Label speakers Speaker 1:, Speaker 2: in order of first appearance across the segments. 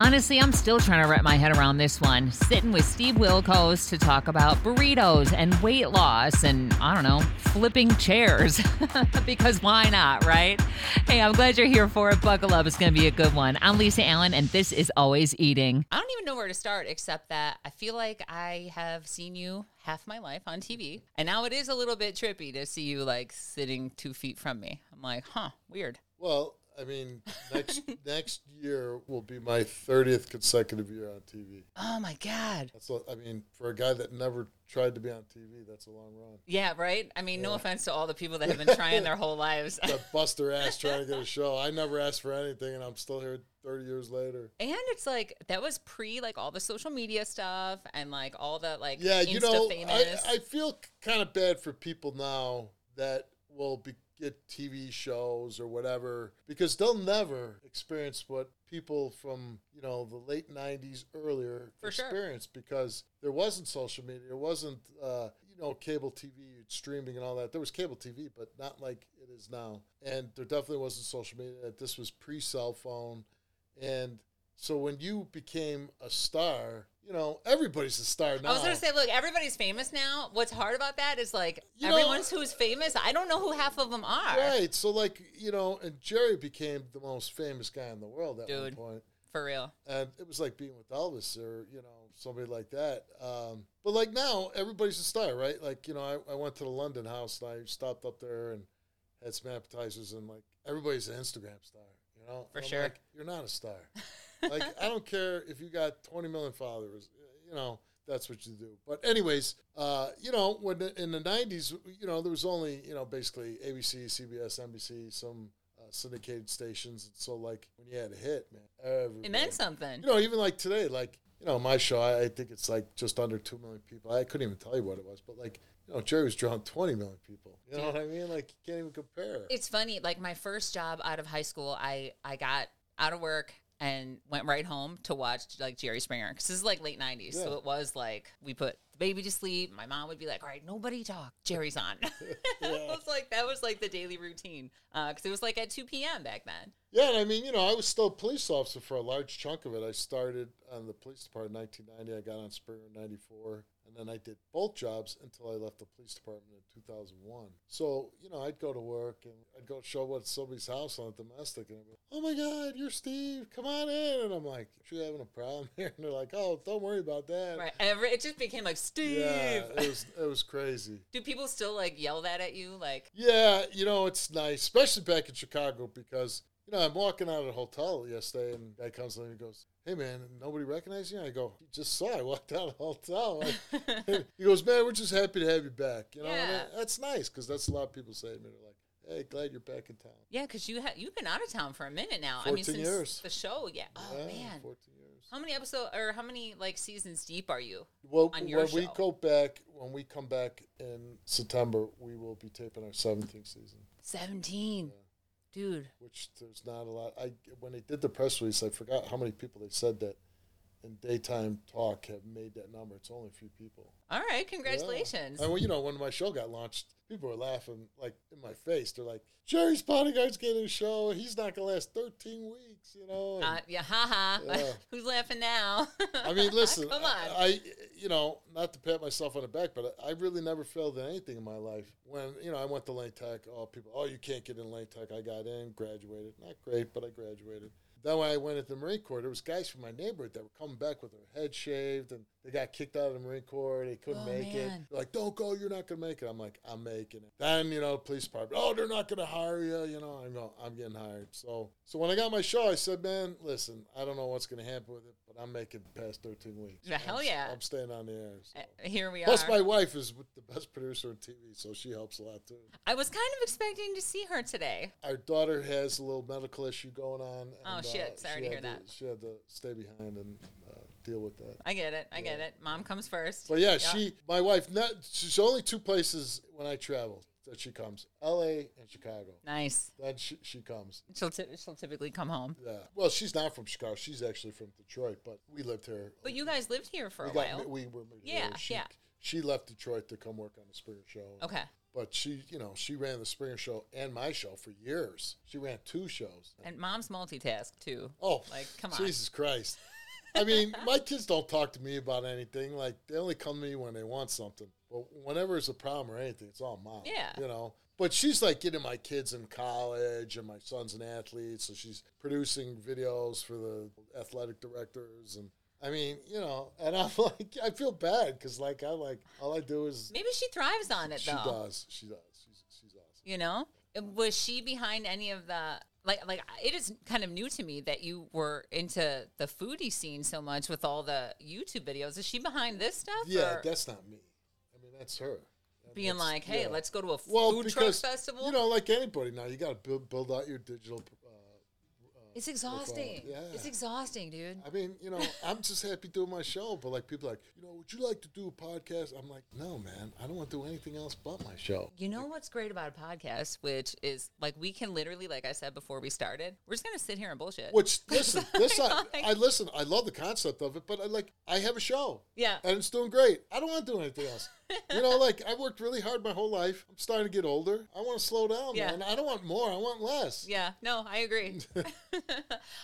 Speaker 1: Honestly, I'm still trying to wrap my head around this one. Sitting with Steve Wilkos to talk about burritos and weight loss and, I don't know, flipping chairs. because why not, right? Hey, I'm glad you're here for it. Buckle up. It's going to be a good one. I'm Lisa Allen, and this is Always Eating.
Speaker 2: I don't even know where to start except that I feel like I have seen you half my life on TV. And now it is a little bit trippy to see you like sitting two feet from me. I'm like, huh, weird.
Speaker 3: Well, I mean, next next year will be my thirtieth consecutive year on TV.
Speaker 2: Oh my God.
Speaker 3: That's what, I mean for a guy that never tried to be on TV. That's a long run.
Speaker 2: Yeah, right? I mean, no offense to all the people that have been trying their whole lives.
Speaker 3: To bust their ass trying to get a show. I never asked for anything, and I'm still here thirty years later.
Speaker 2: And it's like that was pre like all the social media stuff and like all the like
Speaker 3: Yeah,
Speaker 2: Insta
Speaker 3: you know, I,
Speaker 2: famous.
Speaker 3: I feel kind of bad for people now that will be, get TV shows or whatever because they'll never experience what people from you know the late 90s earlier
Speaker 2: For sure.
Speaker 3: experienced because there wasn't social media there wasn't uh, you know cable tv streaming and all that there was cable tv but not like it is now and there definitely wasn't social media this was pre-cell phone and so when you became a star you know everybody's a star now
Speaker 2: I was gonna say, look, everybody's famous now. What's hard about that is like
Speaker 3: You know-
Speaker 2: everyone's who's famous. I don't know who half of them are.
Speaker 3: Right. So like you know, and Jerry became the most famous guy in the world at
Speaker 2: Dude.
Speaker 3: one point,
Speaker 2: For real.
Speaker 3: and it was like being with Elvis or you know somebody like that. Um, but like now, everybody's a star, right? Like you know, I, I went to the London house and I stopped up there and had some appetizers, and like everybody's an Instagram star, you know.
Speaker 2: For
Speaker 3: And I'm
Speaker 2: sure.
Speaker 3: like, you're not a star. like I don't care if you got 20 million followers, you know. That's what you do. But anyways, uh, you know, when the, in the 90s, you know, there was only, you know, basically ABC, CBS, NBC, some uh, syndicated stations. And so like when you had a hit, man, everybody-
Speaker 2: And then something.
Speaker 3: you know, even like today, like, you know, my show, I, I think it's like just under 2 million people. I couldn't even tell you what it was, but like, you know, Jerry was drawing 20 million people. You know what I mean? Like, you can't even compare.
Speaker 2: it's funny like my first job out of high school i i got out of work and went right home to watch like jerry springer because this is like late 90s so
Speaker 3: Yeah.
Speaker 2: it was like we put the baby to sleep my mom would be like all right nobody talk jerry's on it was like that was like the daily routine because it was like at 2 p.m back then
Speaker 3: Yeah, and I mean, you know, I was still a police officer for a large chunk of it. I started on the police department in 1990. I got on Springer in 94. And then I did both jobs until I left the police department in 2001. So, you know, I'd go to work and I'd go show up at somebody's house on a domestic. And I'd be like, oh my God, you're Steve. Come on in. And I'm like, you having a problem here? And they're like, oh, don't worry about that.
Speaker 2: right Every, it just became like steve
Speaker 3: Yeah, it was, it was crazy.
Speaker 2: do people still like yell that at you like
Speaker 3: Yeah, you know, it's nice, especially back in Chicago because, you know, I'm walking out of the hotel yesterday and a guy comes in and goes, Hey man, nobody recognized you? I go, You just saw I walked out of the hotel. he goes, Man, we're just happy to have you back. You know, and
Speaker 2: Yeah.
Speaker 3: that's nice because that's a lot of people say to me. They're like, Hey, glad you're back in town.
Speaker 2: yeah because you ha- you've been out of town for a minute now i mean
Speaker 3: 14
Speaker 2: since
Speaker 3: years.
Speaker 2: the show yeah oh
Speaker 3: Yeah,
Speaker 2: man
Speaker 3: 14 years.
Speaker 2: How many episodes or how many like seasons deep are you?
Speaker 3: Well,
Speaker 2: on your
Speaker 3: when we
Speaker 2: show.
Speaker 3: go back, when we come back in September, we will be taping our 17th season.
Speaker 2: Seventeen, dude.
Speaker 3: which there's not a lot. I when they did the press release, I forgot how many people they said that in daytime talk have made that number. It's only a few people.
Speaker 2: All right,
Speaker 3: Yeah.
Speaker 2: congratulations.
Speaker 3: And well, you know, when my show got launched, people were laughing like in my face. They're like, "Jerry's bodyguard's getting a show. He's not gonna last 13 weeks," you know. And-
Speaker 2: Uh, yeah, haha.
Speaker 3: Yeah.
Speaker 2: Who's laughing now?
Speaker 3: I mean, listen,
Speaker 2: Come on.
Speaker 3: I, I, you know, not to pat myself on the back, but I really never failed at anything in my life. When you know, I went to Lane Tech. Oh, people, oh, you can't get in Lane Tech. I got in, graduated. Not great, but I graduated. Then when I went into the Marine Corps, there was guys from my neighborhood that were coming back with their head shaved, and they got kicked out of the Marine Corps. They couldn't
Speaker 2: Oh,
Speaker 3: make
Speaker 2: man.
Speaker 3: it. They're like, don't go. You're not gonna make it. I'm like, I'm making it. Then you know, police department. Oh, they're not gonna hire you. You know, I know I'm getting hired. So, so when I got my show, I said, man, listen, I don't know what's gonna happen with it, but I'm making it past 13 weeks.
Speaker 2: Yeah, hell
Speaker 3: I'm,
Speaker 2: yeah.
Speaker 3: I'm staying on the air. so.
Speaker 2: Uh, Here we
Speaker 3: Plus,
Speaker 2: are.
Speaker 3: my wife is the best producer on TV, so she helps a lot too.
Speaker 2: I was kind of expecting to see her today.
Speaker 3: Our daughter has a little medical issue going on.
Speaker 2: Oh,
Speaker 3: and, uh,
Speaker 2: shit.
Speaker 3: she
Speaker 2: Sorry to
Speaker 3: had
Speaker 2: hear that.
Speaker 3: She had to stay behind and uh, deal with that.
Speaker 2: I get it. I get it. Mom comes first.
Speaker 3: But yeah, she, my wife, not, she's only two places when I travel that she comes: L.A. and Chicago.
Speaker 2: Nice.
Speaker 3: Then she, she comes.
Speaker 2: She'll t- she'll typically come home.
Speaker 3: Yeah. Well, she's not from Chicago. She's actually from Detroit, but we lived here.
Speaker 2: But you guys lived here for
Speaker 3: we
Speaker 2: a while.
Speaker 3: we were married
Speaker 2: Yeah,
Speaker 3: here. She,
Speaker 2: yeah.
Speaker 3: She left Detroit to come work on the Springer Show.
Speaker 2: Okay.
Speaker 3: But she, you know, she ran the Springer Show and my show for years. She ran two shows.
Speaker 2: And mom's multitask too.
Speaker 3: Oh,
Speaker 2: Like, come on.
Speaker 3: Jesus Christ! I mean, my kids don't talk to me about anything. Like they only come to me when they want something. But whenever it's a problem or anything, it's all mom.
Speaker 2: Yeah.
Speaker 3: You know. But she's like getting my kids in college, and my son's an athlete, so she's producing videos for the athletic directors, and I mean, you know, and I'm like, I feel bad because like I like all I do is
Speaker 2: Maybe she thrives on it
Speaker 3: she
Speaker 2: though.
Speaker 3: does, she does, she's she's awesome.
Speaker 2: You know, was she behind any of the like like it is kind of new to me that you were into the foodie scene so much with all the YouTube videos. Is she behind this stuff?
Speaker 3: Yeah,
Speaker 2: or
Speaker 3: that's not me. I mean, that's her. And
Speaker 2: being
Speaker 3: that's-
Speaker 2: like, hey,
Speaker 3: yeah.
Speaker 2: let's go to a
Speaker 3: well
Speaker 2: food
Speaker 3: because
Speaker 2: truck festival.
Speaker 3: you know, like anybody now, you got to build build out your digital. Uh,
Speaker 2: it's exhausting.
Speaker 3: yeah.
Speaker 2: It's exhausting, dude.
Speaker 3: I mean, you know, I'm just happy doing my show, but like people are like, you know, would you like to do a podcast? I'm like, no, man, I don't want to do anything else but my show.
Speaker 2: You know what's great about a podcast, which is like we can literally, like I said before we started, we're just gonna sit here and bullshit.
Speaker 3: Which listen, this I,
Speaker 2: Like-
Speaker 3: I listen. I love the concept of it, but I like I have a show.
Speaker 2: Yeah.
Speaker 3: and it's doing great. I don't want to do anything else. you know, like I worked really hard my whole life. I'm starting to get older. I want to slow down,
Speaker 2: Yeah.
Speaker 3: man. I don't want more. I want less.
Speaker 2: Yeah, no, I agree.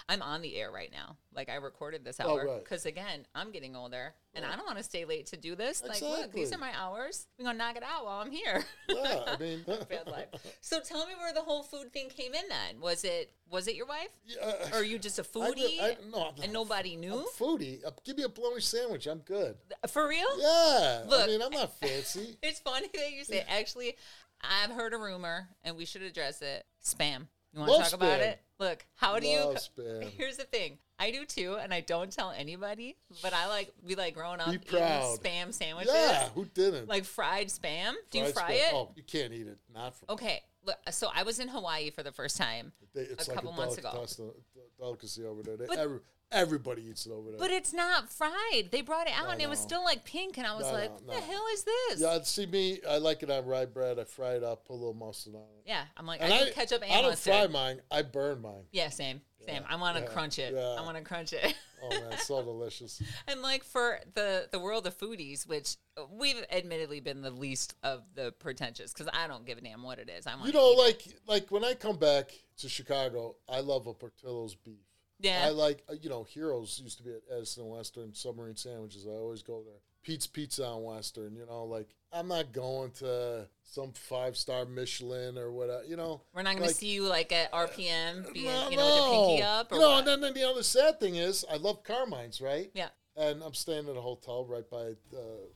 Speaker 2: I'm on the air right now. Like I recorded this
Speaker 3: Oh,
Speaker 2: hour
Speaker 3: right.
Speaker 2: because again, I'm getting older, and I don't want to stay late to do this. Like, look, these
Speaker 3: Exactly.
Speaker 2: are my hours. We're gonna knock it out while I'm here.
Speaker 3: Yeah, I mean,
Speaker 2: Bad life. So tell me where the whole food thing came in. Then was it was it your wife,
Speaker 3: yeah,
Speaker 2: or are you just a
Speaker 3: uh, I re-
Speaker 2: foodie
Speaker 3: I- no, I'm not
Speaker 2: and nobody
Speaker 3: a
Speaker 2: knew?
Speaker 3: foodie. Uh, give me a bologna sandwich. I'm good.
Speaker 2: For real?
Speaker 3: Yeah, I
Speaker 2: Look.
Speaker 3: mean, I'm not fancy.
Speaker 2: It's funny that you say. Actually, I've heard a rumor, and we should address it. Spam. You want to
Speaker 3: Love
Speaker 2: talk about
Speaker 3: spam.
Speaker 2: it? Look, how do you?
Speaker 3: Love spam.
Speaker 2: Here's the thing. I do too, and I don't tell anybody. But I like we like growing up
Speaker 3: Be
Speaker 2: eating
Speaker 3: proud.
Speaker 2: spam sandwiches,
Speaker 3: yeah, who didn't?
Speaker 2: like fried spam. Do you
Speaker 3: Fried
Speaker 2: fry
Speaker 3: spam-
Speaker 2: it?
Speaker 3: Oh, you can't eat it. Not for
Speaker 2: Okay. Look, so I was in Hawaii for the first time,
Speaker 3: They, it's
Speaker 2: a
Speaker 3: like
Speaker 2: couple
Speaker 3: a
Speaker 2: months ago.
Speaker 3: delicatessen, a delicacy over there. They,
Speaker 2: But-
Speaker 3: every, everybody eats it over there.
Speaker 2: but it's not fried. They brought it out, and it was
Speaker 3: no.
Speaker 2: still like pink, and I was
Speaker 3: No,
Speaker 2: like,
Speaker 3: no,
Speaker 2: "What
Speaker 3: no.
Speaker 2: the hell is this?"
Speaker 3: yeah, see me. I like it on rye bread. I fry it up, put a little mustard on it.
Speaker 2: Yeah, I'm like,
Speaker 3: And
Speaker 2: I,
Speaker 3: I,
Speaker 2: can catch up and
Speaker 3: I don't
Speaker 2: mustard.
Speaker 3: fry mine. I burn mine.
Speaker 2: Yeah, same, same. I want to
Speaker 3: yeah,
Speaker 2: crunch it. I
Speaker 3: yeah.
Speaker 2: want to crunch it.
Speaker 3: Oh man, it's so delicious.
Speaker 2: And like for the the world of foodies, which we've admittedly been the least of the pretentious, because I don't give a damn what it is. I want
Speaker 3: You know, like like when I come back to Chicago, I love a Portillo's beef.
Speaker 2: Yeah.
Speaker 3: I like uh, you know Heroes used to be at Edison and Western Submarine Sandwiches. I always go there. Pete's Pizza on Western. You know, like I'm not going to some five star Michelin or whatever. You know,
Speaker 2: we're not going
Speaker 3: like-
Speaker 2: to see you like at RPM, being,
Speaker 3: No,
Speaker 2: you know, with your pinky
Speaker 3: no.
Speaker 2: up. Or
Speaker 3: You know,
Speaker 2: what?
Speaker 3: and then, then the other sad thing is, I love Carmine's, right?
Speaker 2: yeah,
Speaker 3: And I'm staying at a hotel right by, uh,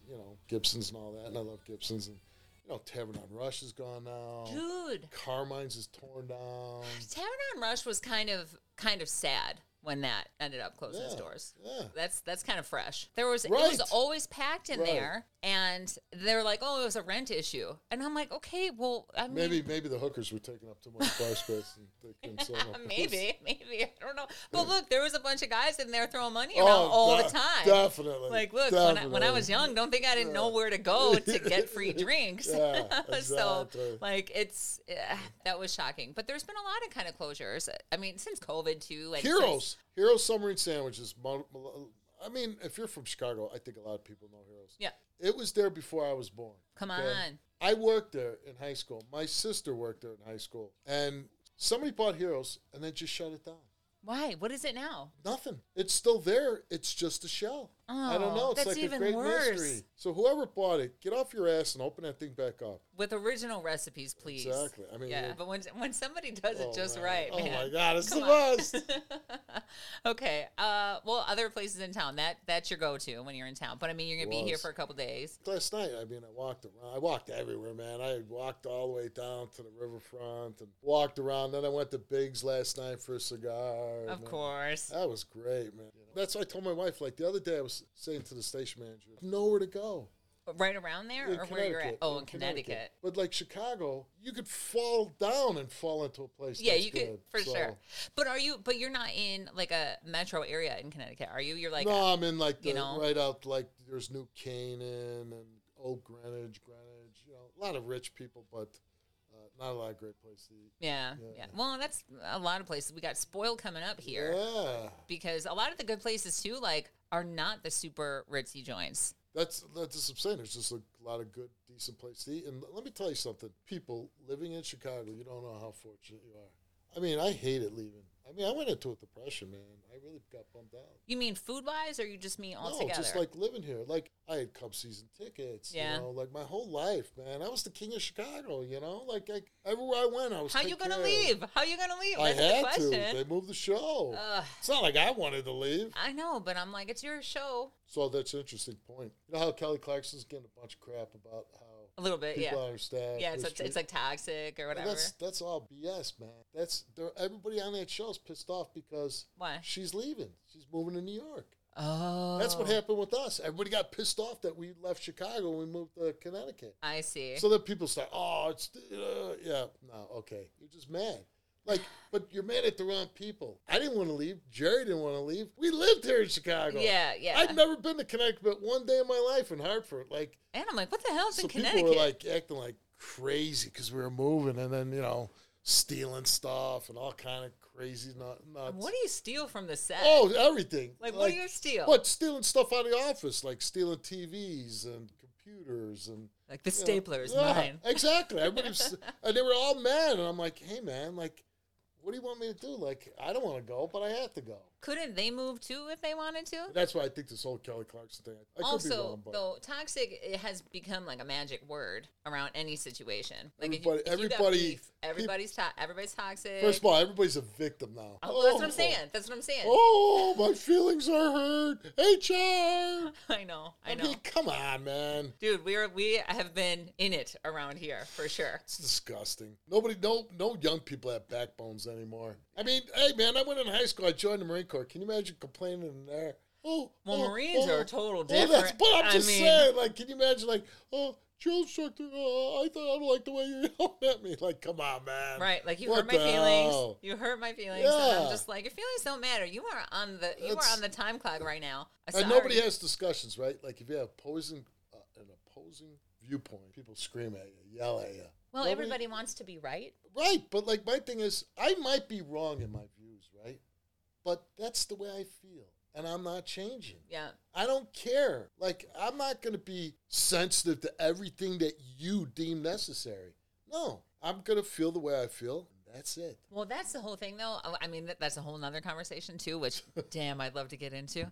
Speaker 3: you know, Gibson's and all that, and I love Gibson's, and you know, Tavern on Rush is gone now.
Speaker 2: dude,
Speaker 3: Carmine's is torn down.
Speaker 2: Tavern on Rush was kind of kind of sad when that ended up closing its
Speaker 3: Yeah,
Speaker 2: doors.
Speaker 3: yeah.
Speaker 2: That's that's kind of fresh. There was it was
Speaker 3: Right.
Speaker 2: always packed in
Speaker 3: Right.
Speaker 2: there, and they're like, oh, it was a rent issue, and I'm like, okay, well, I mean,
Speaker 3: Maybe maybe the hookers were taking up too much bar space. And they couldn't sell no place.
Speaker 2: maybe, maybe. I don't know. But look, there was a bunch of guys in there throwing money
Speaker 3: Oh,
Speaker 2: around all the
Speaker 3: de-
Speaker 2: time.
Speaker 3: Definitely.
Speaker 2: Like, look, when I, when I
Speaker 3: definitely.
Speaker 2: was young, don't think I didn't know where to go to get free drinks.
Speaker 3: Yeah,
Speaker 2: so,
Speaker 3: exactly.
Speaker 2: like, it's eh, that was shocking. But there's been a lot of kind of closures. I mean, since COVID too. Like since-
Speaker 3: Heroes, Heroes submarine sandwiches. mo- mo- I mean, if you're from Chicago, I think a lot of people know Heroes.
Speaker 2: Yeah.
Speaker 3: It was there before I was born.
Speaker 2: Come
Speaker 3: okay?
Speaker 2: on.
Speaker 3: I worked there in high school. My sister worked there in high school. And somebody bought Heroes and then just shut it down.
Speaker 2: Why? What is it now?
Speaker 3: Nothing. It's still there. It's just a shell. I don't
Speaker 2: Oh,
Speaker 3: know. It's
Speaker 2: that's
Speaker 3: like
Speaker 2: even
Speaker 3: a great
Speaker 2: worse.
Speaker 3: mystery. So whoever bought it, get off your ass and open that thing back up.
Speaker 2: With original recipes, please.
Speaker 3: Exactly. I mean,
Speaker 2: Yeah,
Speaker 3: it-
Speaker 2: but when when somebody does
Speaker 3: oh,
Speaker 2: it just
Speaker 3: man.
Speaker 2: right,
Speaker 3: Oh
Speaker 2: man.
Speaker 3: my god, it's the
Speaker 2: Come on.
Speaker 3: best.
Speaker 2: okay. Uh, well, other places in town that that's your go-to when you're in town. But I mean, you're gonna be here
Speaker 3: Was.
Speaker 2: for a couple days.
Speaker 3: last night i mean i walked around i walked everywhere man i walked all the way down to the riverfront and walked around then i went to biggs last night for a cigar and
Speaker 2: Of
Speaker 3: then-
Speaker 2: course.
Speaker 3: that was great man that's why i told my wife like the other day i was saying to the station manager nowhere to go
Speaker 2: right around there,
Speaker 3: in
Speaker 2: or where you're at?
Speaker 3: Connecticut,
Speaker 2: Oh, in Connecticut.
Speaker 3: but like chicago you could fall down and fall into a place
Speaker 2: Yeah,
Speaker 3: that's
Speaker 2: you could
Speaker 3: good.
Speaker 2: for
Speaker 3: So-
Speaker 2: sure. But are you? But you're not in like a metro area in Connecticut, are you? You're like
Speaker 3: no i'm in like the,
Speaker 2: you know?
Speaker 3: right out like there's new canaan and old greenwich greenwich you know a lot of rich people but uh, not a lot of great places to eat
Speaker 2: yeah, yeah, Well, that's a lot of places. We got spoiled coming up here
Speaker 3: Yeah,
Speaker 2: because a lot of the good places too, like, are not the super ritzy joints.
Speaker 3: that's that's just what I'm saying. There's just a lot of good, decent places to eat. And let me tell you something, people living in Chicago, you don't know how fortunate you are. I mean, I hated leaving. I mean, I went into a depression, man. I really got bummed out.
Speaker 2: You mean food wise, or you just mean
Speaker 3: no,
Speaker 2: altogether?
Speaker 3: just like living here. Like I had Cub season tickets.
Speaker 2: Yeah.
Speaker 3: You know, like my whole life, man. I was the king of Chicago. You know, like I, everywhere I went, I was.
Speaker 2: How you
Speaker 3: taken
Speaker 2: gonna
Speaker 3: care of.
Speaker 2: leave? How you gonna leave?
Speaker 3: I
Speaker 2: That's the
Speaker 3: had to.
Speaker 2: question. Uh.
Speaker 3: They moved the show.
Speaker 2: Ugh,
Speaker 3: it's not like I wanted to leave.
Speaker 2: I know, but I'm like, it's your show.
Speaker 3: So that's an interesting point. You know how Kelly Clarkson's getting a bunch of crap about how
Speaker 2: A little bit,
Speaker 3: people
Speaker 2: Uh, yeah.
Speaker 3: on her staff.
Speaker 2: Yeah, it's, it's,
Speaker 3: were
Speaker 2: it's
Speaker 3: treated-
Speaker 2: like toxic or
Speaker 3: But
Speaker 2: whatever.
Speaker 3: That's that's all BS, man. That's they're- everybody on that show is pissed off because
Speaker 2: Why?
Speaker 3: she's leaving. She's moving to New York.
Speaker 2: Oh,
Speaker 3: That's what happened with us. Everybody got pissed off that we left Chicago and we moved to Connecticut.
Speaker 2: Oh, I see.
Speaker 3: So then people start, oh, it's uh, yeah, no, okay, you're just mad. Like, but you're mad at the wrong people. I didn't want to leave. Jerry didn't want to leave. We lived here in Chicago.
Speaker 2: yeah, yeah.
Speaker 3: I'd never been to Connecticut but one day in my life in Hartford. Like,
Speaker 2: and I'm like, what the hell's
Speaker 3: so
Speaker 2: in
Speaker 3: people
Speaker 2: Connecticut?
Speaker 3: were like acting like crazy because we were moving and then, you know, stealing stuff and all kind of crazy nut- nuts.
Speaker 2: what do you steal from the set?
Speaker 3: Oh, everything.
Speaker 2: like, what do you steal?
Speaker 3: What, stealing stuff out of the office, like stealing TVs and computers and
Speaker 2: Like the
Speaker 3: you know.
Speaker 2: stapler is
Speaker 3: Yeah,
Speaker 2: mine.
Speaker 3: Exactly. Everybody was, and they were all mad, and I'm like, hey man, like, what do you want me to do? Like, I don't want to go, but I have to go.
Speaker 2: Couldn't they move too if they wanted to?
Speaker 3: That's why I think this whole Kelly Clarkson thing. I could be
Speaker 2: also,
Speaker 3: wrong, but
Speaker 2: though, toxic it has become like a magic word around any situation. Like if
Speaker 3: Everybody-
Speaker 2: you, if you got
Speaker 3: everybody-
Speaker 2: beef, everybody's to- everybody's toxic.
Speaker 3: first of all, everybody's a victim now.
Speaker 2: Oh, well, that's what I'm saying. That's what I'm saying.
Speaker 3: Oh, my feelings are hurt. HR.
Speaker 2: I know. I
Speaker 3: I
Speaker 2: know.
Speaker 3: mean, come on, man.
Speaker 2: Dude, we are we have been in it around here for sure.
Speaker 3: It's disgusting. Nobody, no, no young people have backbones anymore. I mean, hey, man, I went in high school. I joined the Marine Corps. Can you imagine complaining in there? Oh,
Speaker 2: Well,
Speaker 3: oh,
Speaker 2: Marines
Speaker 3: oh,
Speaker 2: are total
Speaker 3: oh,
Speaker 2: different.
Speaker 3: that's, but I'm
Speaker 2: I
Speaker 3: just
Speaker 2: mean,
Speaker 3: saying, like, can you imagine, like, oh, drill instructor, oh, I thought I don't like the way you yelled at me. Like, come on, man.
Speaker 2: Right, like you
Speaker 3: Um, What
Speaker 2: hurt my
Speaker 3: the
Speaker 2: feelings.
Speaker 3: hell?
Speaker 2: You hurt my feelings, and
Speaker 3: Yeah.
Speaker 2: I'm just like your feelings don't matter. You are on the you
Speaker 3: That's-
Speaker 2: are on the time clock right now. I'm
Speaker 3: And nobody
Speaker 2: sorry.
Speaker 3: has discussions, right? Like, if you have opposing, uh, an opposing viewpoint, people scream at you, yell at you.
Speaker 2: well,
Speaker 3: nobody-
Speaker 2: everybody wants to be right.
Speaker 3: Right, but like my thing is, I might be wrong in my views, right? But that's the way I feel, and I'm not changing.
Speaker 2: Yeah,
Speaker 3: I don't care. Like I'm not going to be sensitive to everything that you deem necessary. No, I'm going to feel the way I feel. and That's it.
Speaker 2: Well, that's the whole thing, though. Oh, I- I mean, that, that's a whole nother conversation too. Which, damn, I'd love to get into,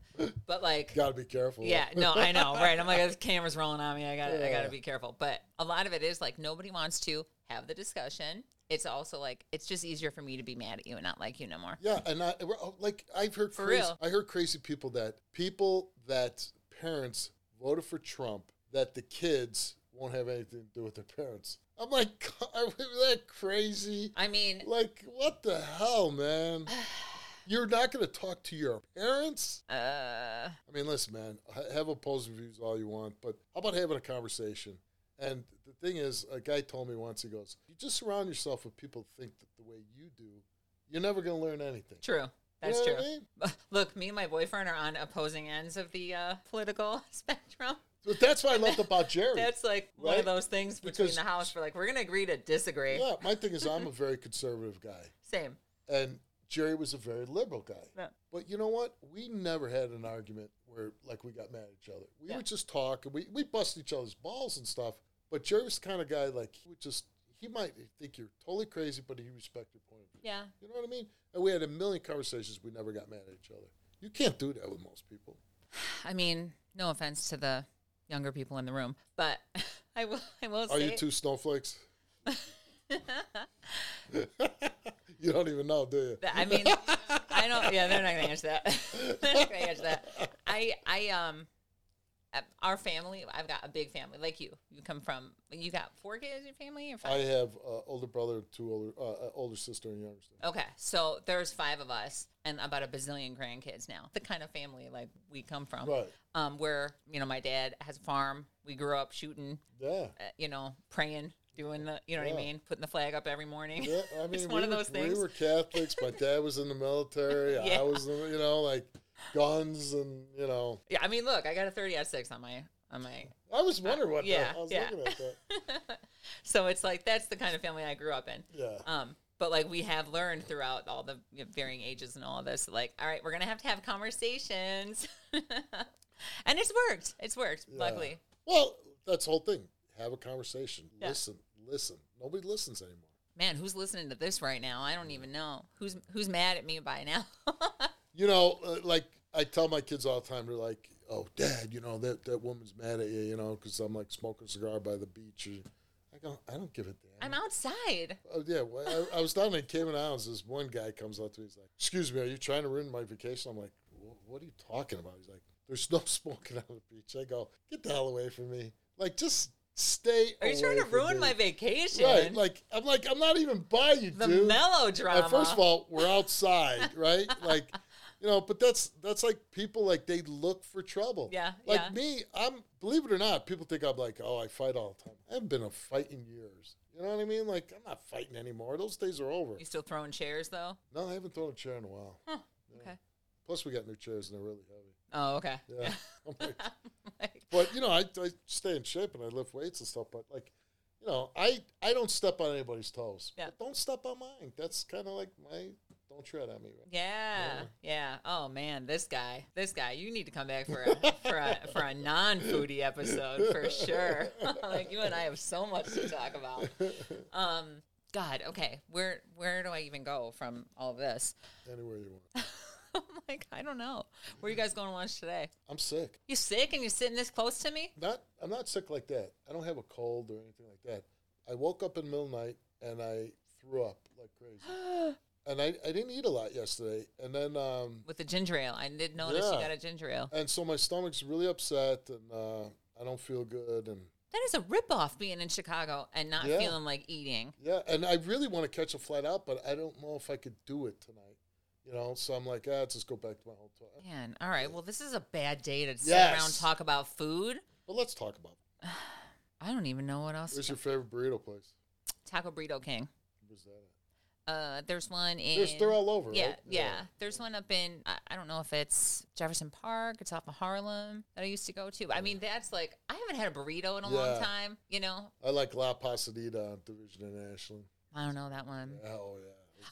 Speaker 2: but like,
Speaker 3: Got to be careful.
Speaker 2: yeah, no, I know, right? I'm like, the camera's rolling on me. I got, to I got
Speaker 3: Yeah.
Speaker 2: to be careful. But a lot of it is like nobody wants to have the discussion. It's also like it's just easier for me to be mad at you and not like you no more.
Speaker 3: Yeah, and I we're- oh, like I've heard
Speaker 2: For
Speaker 3: crazy,
Speaker 2: real.
Speaker 3: I heard crazy people that people that parents voted for Trump that the kids won't have anything to do with their parents. I'm like, are we that crazy?
Speaker 2: I mean,
Speaker 3: Like, what the hell, man? You're not going to talk to your parents?
Speaker 2: uh,
Speaker 3: I mean, listen, man, ha- have opposing views all you want, but how about having a conversation? And the thing is, a guy told me once, he goes, you just surround yourself with people that think that the way you do, you're never going to learn anything.
Speaker 2: true.
Speaker 3: You know
Speaker 2: That's
Speaker 3: what
Speaker 2: true.
Speaker 3: I mean?
Speaker 2: Look, me and my boyfriend are on opposing ends of the uh, political spectrum.
Speaker 3: But that's what I loved about Jerry.
Speaker 2: That's like one
Speaker 3: Right?
Speaker 2: of those things between
Speaker 3: Because-
Speaker 2: the house. We're like, we're gonna agree to disagree.
Speaker 3: yeah, my thing is, I'm a very conservative guy,
Speaker 2: Same.
Speaker 3: and Jerry was a very liberal guy.
Speaker 2: Yeah.
Speaker 3: But you know what? We never had an argument where like we got mad at each other. We
Speaker 2: Yeah.
Speaker 3: would just talk and we we bust each other's balls and stuff. But Jerry was the kind of guy like he would just he might think you're totally crazy, but he respect your point of view.
Speaker 2: Yeah.
Speaker 3: You know what I mean? And we had a million conversations. We never got mad at each other. You can't do that with most people.
Speaker 2: I mean, no offense to the younger people in the room, but I will. I will
Speaker 3: Are
Speaker 2: say,
Speaker 3: you two snowflakes? you don't even know, do you?
Speaker 2: that, I mean, I don't. Yeah, they're not gonna answer that. they're not gonna answer that. I, I, um, uh, our family. I've got a big family, like you. You come from. You got four kids in your family, or
Speaker 3: I
Speaker 2: five?
Speaker 3: have uh, older brother, and two older uh, uh, older sister, and younger sister.
Speaker 2: okay, so there's five of us, and about a bazillion grandkids now. The kind of family like we come from,
Speaker 3: Right?
Speaker 2: um, where you know my dad has a farm. We grew up shooting,
Speaker 3: Yeah.
Speaker 2: uh, you know, praying, doing the, you know what I
Speaker 3: Yeah.
Speaker 2: mean, putting the flag up every morning.
Speaker 3: Yeah, I mean,
Speaker 2: It's one
Speaker 3: we
Speaker 2: of
Speaker 3: were-
Speaker 2: those things.
Speaker 3: We were Catholics. My dad was in the military.
Speaker 2: Yeah.
Speaker 3: I was, in, you know, like guns and you know.
Speaker 2: Yeah, I mean, look, I got a 30 out of six on my on my.
Speaker 3: I was wondering what.
Speaker 2: Uh, yeah,
Speaker 3: the, I was
Speaker 2: yeah.
Speaker 3: looking at that.
Speaker 2: So it's like that's the kind of family I grew up in.
Speaker 3: Yeah.
Speaker 2: Um, but like we have learned throughout all the you know, varying ages and all of this, like, all right, we're gonna have to have conversations, and it's worked. It's worked,
Speaker 3: Yeah.
Speaker 2: luckily.
Speaker 3: Well, that's the whole thing. Have a conversation.
Speaker 2: Yeah.
Speaker 3: Listen, listen. Nobody listens anymore.
Speaker 2: Man, who's listening to this right now? I don't even know who's who's mad at me by now.
Speaker 3: You know, uh, like I tell my kids all the time, they're like, "Oh, Dad, you know that that woman's mad at you," you know, because I'm like smoking a cigar by the beach. Or, I go, I don't give a damn.
Speaker 2: I'm outside.
Speaker 3: Oh yeah, well, I, I was down in Cayman Islands. This one guy comes up to me. He's like, "Excuse me, are you trying to ruin my vacation?" I'm like, "Wh- "What are you talking about?" He's like, "There's no smoking on the beach." I go, "Get the hell away from me! Like, just stay."
Speaker 2: Are you trying
Speaker 3: away
Speaker 2: to
Speaker 3: from
Speaker 2: ruin
Speaker 3: me."
Speaker 2: my vacation?
Speaker 3: Right, like I'm like I'm not even by you,
Speaker 2: the
Speaker 3: dude.
Speaker 2: melodrama.
Speaker 3: Uh, first of all, we're outside, right? Like, you know, but that's that's like people like they look for trouble.
Speaker 2: Yeah,
Speaker 3: Like
Speaker 2: yeah.
Speaker 3: me, I'm believe it or not, people think I'm like, oh, I fight all the time. I haven't been a fight in years. You know what I mean? Like I'm not fighting anymore. Those days are over.
Speaker 2: you still throwing chairs though?
Speaker 3: No, I haven't thrown a chair in a while.
Speaker 2: Huh,
Speaker 3: Yeah.
Speaker 2: okay.
Speaker 3: Plus, we got new chairs and they're really heavy.
Speaker 2: Oh, okay.
Speaker 3: Yeah. I'm like-
Speaker 2: Like,
Speaker 3: but you know, I, I stay in shape and I lift weights and stuff. But like, you know, I I don't step on anybody's toes.
Speaker 2: Yeah.
Speaker 3: But don't step on mine. That's kind of like my don't tread on me. Right?
Speaker 2: yeah,
Speaker 3: Yeah.
Speaker 2: yeah. Oh man, this guy, this guy. You need to come back for a for a for a non foodie episode for sure. like you and I have so much to talk about. Um, God, okay. Where where do I even go from all of this?
Speaker 3: Anywhere you want.
Speaker 2: I'm like, I don't know. Where you guys going to lunch today?
Speaker 3: I'm sick.
Speaker 2: You sick and you're sitting this close to me?
Speaker 3: Not I'm not sick like that. I don't have a cold or anything like that. I woke up in the middle of the night and I threw up like crazy. And I, I didn't eat a lot yesterday. And then um
Speaker 2: With the ginger ale. I did notice you
Speaker 3: Yeah.
Speaker 2: got a ginger ale.
Speaker 3: and so my stomach's really upset and uh, I don't feel good and
Speaker 2: That is a ripoff being in Chicago and not
Speaker 3: Yeah.
Speaker 2: feeling like eating.
Speaker 3: yeah and I really want to catch a flight out but I don't know if I could do it tonight. You know, so I'm like, ah, let's just go back to my hotel.
Speaker 2: Man, all right. Well, this is a bad day to sit around and
Speaker 3: Yes.
Speaker 2: talk about food.
Speaker 3: But let's talk about it.
Speaker 2: I don't even know what else.
Speaker 3: Where's
Speaker 2: to-
Speaker 3: your favorite burrito place?
Speaker 2: Taco Burrito King.
Speaker 3: Where's that? At?
Speaker 2: Uh, there's one in.
Speaker 3: There's, they're all over,
Speaker 2: yeah,
Speaker 3: right?
Speaker 2: yeah, There's one up in I, I don't know if it's Jefferson Park. It's off of Harlem that I used to go to. I mean, that's like I haven't had a burrito in a long
Speaker 3: Yeah.
Speaker 2: time. You know,
Speaker 3: I like La Pasadena Division in Ashland.
Speaker 2: I don't know that one.
Speaker 3: Oh yeah.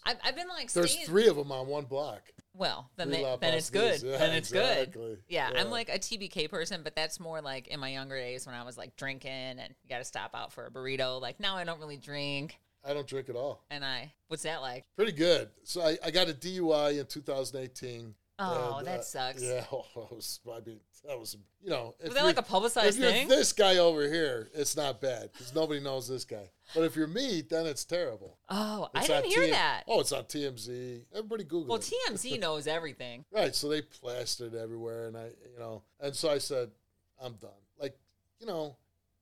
Speaker 2: I've, I've been like
Speaker 3: There's
Speaker 2: staying.
Speaker 3: three of them on one block.
Speaker 2: well, then,
Speaker 3: Three
Speaker 2: they,
Speaker 3: La
Speaker 2: then it's good.
Speaker 3: Pastas. Yeah,
Speaker 2: then it's good.
Speaker 3: exactly.
Speaker 2: Yeah,
Speaker 3: Yeah.
Speaker 2: I'm like a TBK person, but that's more like in my younger days when I was like drinking and you got to stop out for a burrito. Like now I don't really drink,
Speaker 3: I don't drink at all.
Speaker 2: and I what's that like?
Speaker 3: Pretty good. So I, I got a DUI in 2018.
Speaker 2: Oh,
Speaker 3: and,
Speaker 2: that
Speaker 3: uh,
Speaker 2: sucks.
Speaker 3: Yeah, oh, I was, I mean, that was, you know, if
Speaker 2: Was that
Speaker 3: you're-
Speaker 2: like a publicized
Speaker 3: if you're
Speaker 2: thing?
Speaker 3: this guy over here, it's not bad because nobody knows this guy. But if you're me, then it's terrible.
Speaker 2: oh, I
Speaker 3: It's
Speaker 2: didn't
Speaker 3: on
Speaker 2: hear
Speaker 3: TM
Speaker 2: that.
Speaker 3: Oh, it's on TMZ. Everybody Google
Speaker 2: Well,
Speaker 3: it.
Speaker 2: TMZ knows everything.
Speaker 3: Right. So they plastered everywhere, and I, you know, and so I said, I'm done. Like, you know,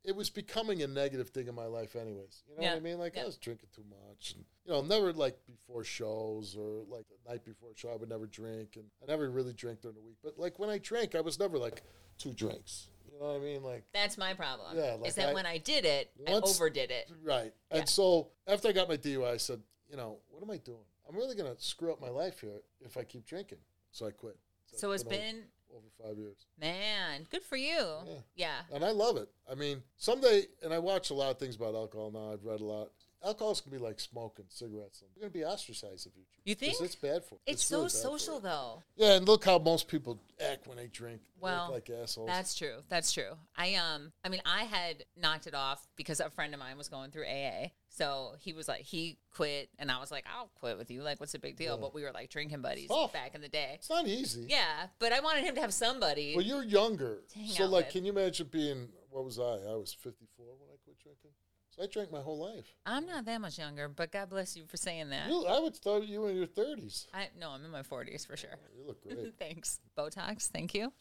Speaker 3: it was becoming a negative thing in my life, anyways. You know
Speaker 2: Yeah,
Speaker 3: what I mean? Like,
Speaker 2: yeah.
Speaker 3: I was drinking too much, and you know, never like before shows or like the night before a show, I would never drink, and I never really drank during the week. But like when I drank, I was never like two drinks. You know what I mean? Like.
Speaker 2: That's my problem.
Speaker 3: Yeah,
Speaker 2: is
Speaker 3: like
Speaker 2: that
Speaker 3: I-
Speaker 2: when I did it, I
Speaker 3: Once-
Speaker 2: overdid it.
Speaker 3: Right.
Speaker 2: Yeah.
Speaker 3: And so after I got my DUI, I said, you know, what am I doing? I'm really going to screw up my life here if I keep drinking. So I quit.
Speaker 2: So it's
Speaker 3: o-
Speaker 2: been,
Speaker 3: over five years.
Speaker 2: man, good for you.
Speaker 3: Yeah.
Speaker 2: Yeah.
Speaker 3: And I love it. I mean, someday, and I watch a lot of things about alcohol now. I've read a lot. Alcohol's going to be like smoking cigarettes. You're going to be ostracized if you drink.
Speaker 2: You think?
Speaker 3: 'cause It's bad for you.
Speaker 2: It's, so
Speaker 3: really bad for
Speaker 2: social
Speaker 3: you.
Speaker 2: though.
Speaker 3: Yeah, and look how most people act when they drink. They
Speaker 2: Well,
Speaker 3: act like assholes.
Speaker 2: That's true. That's true. I um I mean I had knocked it off because a friend of mine was going through AA. So he was like he quit and I was like I'll quit with you. Like what's the big deal?
Speaker 3: Yeah.
Speaker 2: But we were like drinking buddies
Speaker 3: tough.
Speaker 2: back in the day.
Speaker 3: it's not easy.
Speaker 2: Yeah, but I wanted him to have somebody.
Speaker 3: Well, you're younger.
Speaker 2: To hang
Speaker 3: So,
Speaker 2: out
Speaker 3: like,
Speaker 2: with.
Speaker 3: can you imagine being, what was I? I was 54 when I quit drinking. So I drank my whole life.
Speaker 2: I'm not that much younger, but God bless you for saying that.
Speaker 3: You, I would thought you were in your 30s.
Speaker 2: I no, I'm in my 40s for sure.
Speaker 3: You look great.
Speaker 2: Thanks. Botox, thank you.